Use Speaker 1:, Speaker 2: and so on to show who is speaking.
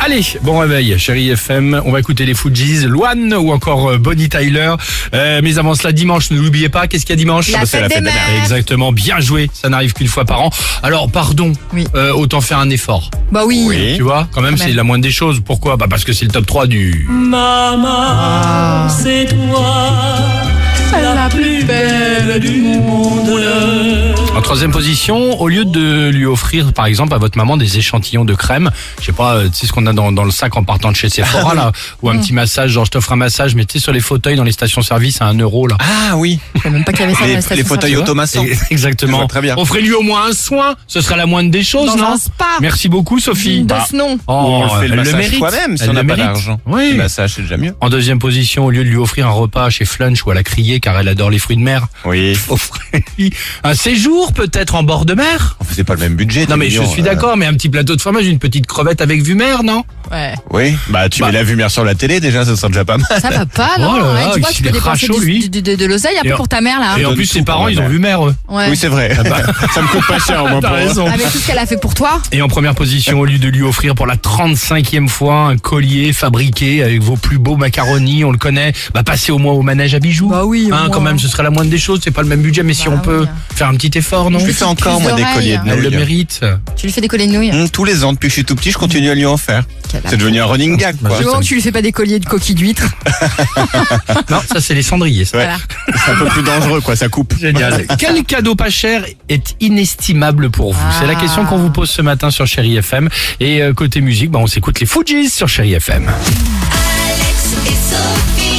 Speaker 1: Allez, bon réveil, chérie FM. On va écouter les Fujis, Loane ou encore euh, Bonnie Tyler. Euh, mais avant cela, dimanche, ne l'oubliez pas. Qu'est-ce qu'il y a dimanche
Speaker 2: La
Speaker 1: Ah bah,
Speaker 2: fête des mères.
Speaker 1: Exactement, bien joué. Ça n'arrive qu'une fois par an. Alors, pardon,
Speaker 2: Oui.
Speaker 1: euh, autant faire un effort.
Speaker 2: Bah oui.
Speaker 1: Tu vois, quand même,
Speaker 2: Quand même.
Speaker 1: c'est la moindre des choses. Pourquoi Bah parce que c'est le top 3 du...
Speaker 3: Maman, c'est toi la plus belle du monde.
Speaker 2: Mm.
Speaker 1: En troisième position, au lieu de lui offrir, par exemple, à votre maman des échantillons de crème, je sais pas, euh, tu sais ce qu'on a dans, dans le sac en partant de chez Sephora, là, ou
Speaker 2: Mm.
Speaker 1: un petit massage, genre je t'offre un massage, mais tu sais, sur les fauteuils dans les stations-service à un euro, là.
Speaker 4: Ah oui,
Speaker 2: Je savais même pas qu'il y avait ça dans la
Speaker 4: les, les
Speaker 2: station
Speaker 4: fauteuils
Speaker 2: service.
Speaker 4: automassants.
Speaker 1: Et- Exactement.
Speaker 4: Je vois très bien.
Speaker 1: Offrez-lui au moins un soin, ce sera la moindre des choses,
Speaker 2: Dans
Speaker 1: non
Speaker 2: un spa.
Speaker 1: Merci beaucoup, Sophie.
Speaker 2: De
Speaker 1: Bah,
Speaker 2: ce nom.
Speaker 1: oh,
Speaker 4: on le fait
Speaker 1: elle
Speaker 4: le massage
Speaker 1: mérite.
Speaker 4: soi-même si
Speaker 1: Elle
Speaker 4: on n'a
Speaker 1: le
Speaker 4: pas
Speaker 1: mérite.
Speaker 4: d'argent.
Speaker 1: Oui.
Speaker 4: Le massage, c'est déjà mieux.
Speaker 1: En deuxième position, au lieu de lui offrir un repas chez Flunch ou à la criée car elle adore les fruits de mer,
Speaker 4: Oui.
Speaker 1: offrez-lui un séjour peut-être en bord de mer.
Speaker 4: On faisait pas le même budget.
Speaker 1: Non
Speaker 4: t'es
Speaker 1: mais je
Speaker 4: mignon,
Speaker 1: suis
Speaker 4: euh,
Speaker 1: d'accord, mais un petit plateau de fromage, une petite crevette avec vue mer, non
Speaker 2: Ouais.
Speaker 4: Oui. Bah, tu
Speaker 1: Bah.
Speaker 4: mets la vumeur sur la télé, déjà, ça sera déjà pas mal.
Speaker 2: Ça va pas,
Speaker 1: Oh
Speaker 2: non
Speaker 1: là
Speaker 2: Ouais,
Speaker 1: là,
Speaker 2: Tu vois, tu
Speaker 1: qu'il
Speaker 2: peux
Speaker 1: est
Speaker 2: dépenser
Speaker 1: rachot,
Speaker 2: du-
Speaker 1: lui.
Speaker 2: du- de, de l'oseille
Speaker 1: Et
Speaker 2: après
Speaker 1: en-
Speaker 2: pour ta mère, là.
Speaker 1: Et oh. en
Speaker 4: Ah. donne
Speaker 1: plus,
Speaker 4: tout
Speaker 1: ses
Speaker 4: pour
Speaker 1: parents,
Speaker 4: ma
Speaker 1: ils ont
Speaker 4: mère.
Speaker 1: vu mer. eux. Bah,
Speaker 2: Ouais.
Speaker 4: Oui, c'est vrai. Ah bah, ça me coûte pas cher, au moins,
Speaker 1: T'as
Speaker 4: pour
Speaker 1: raison.
Speaker 2: Avec tout ce qu'elle a fait pour toi.
Speaker 1: Et en première position, au lieu de lui offrir pour la 35e fois un collier fabriqué avec vos plus beaux macaronis, on le connaît, bah passez au moins au manège à bijoux.
Speaker 2: Bah oui, au
Speaker 1: Hein, quand
Speaker 2: moins.
Speaker 1: même, ce serait la moindre des choses, c'est pas le même budget, mais si
Speaker 2: Bah
Speaker 1: on peut
Speaker 2: oui.
Speaker 1: faire un petit effort, non
Speaker 4: Je Ah lui
Speaker 2: Petite
Speaker 4: fais encore,
Speaker 2: puce
Speaker 4: moi, des
Speaker 2: d'oreille.
Speaker 4: colliers de
Speaker 1: Elle le
Speaker 4: nouilles.
Speaker 1: mérite.
Speaker 2: Tu lui fais des collets de nouilles. hein,
Speaker 4: Hum, Tous les ans, depuis que je suis tout petit, je continue à lui en faire.
Speaker 2: Quelle
Speaker 4: C'est devenu un running gag, quoi.
Speaker 2: Du moment que tu lui fais pas des colliers de coquilles d'huître.
Speaker 1: Non, ça c'est les cendriers. ça.
Speaker 4: Ouais.
Speaker 2: Voilà.
Speaker 4: C'est un peu plus dangereux, quoi, ça coupe.
Speaker 1: Génial. Quel cadeau pas cher est inestimable pour vous C'est la
Speaker 2: Ah.
Speaker 1: question qu'on vous pose ce matin sur Chéri FM. Et euh, côté musique, bah, on s'écoute les Fujis sur Chéri FM.
Speaker 5: Alex et Sophie.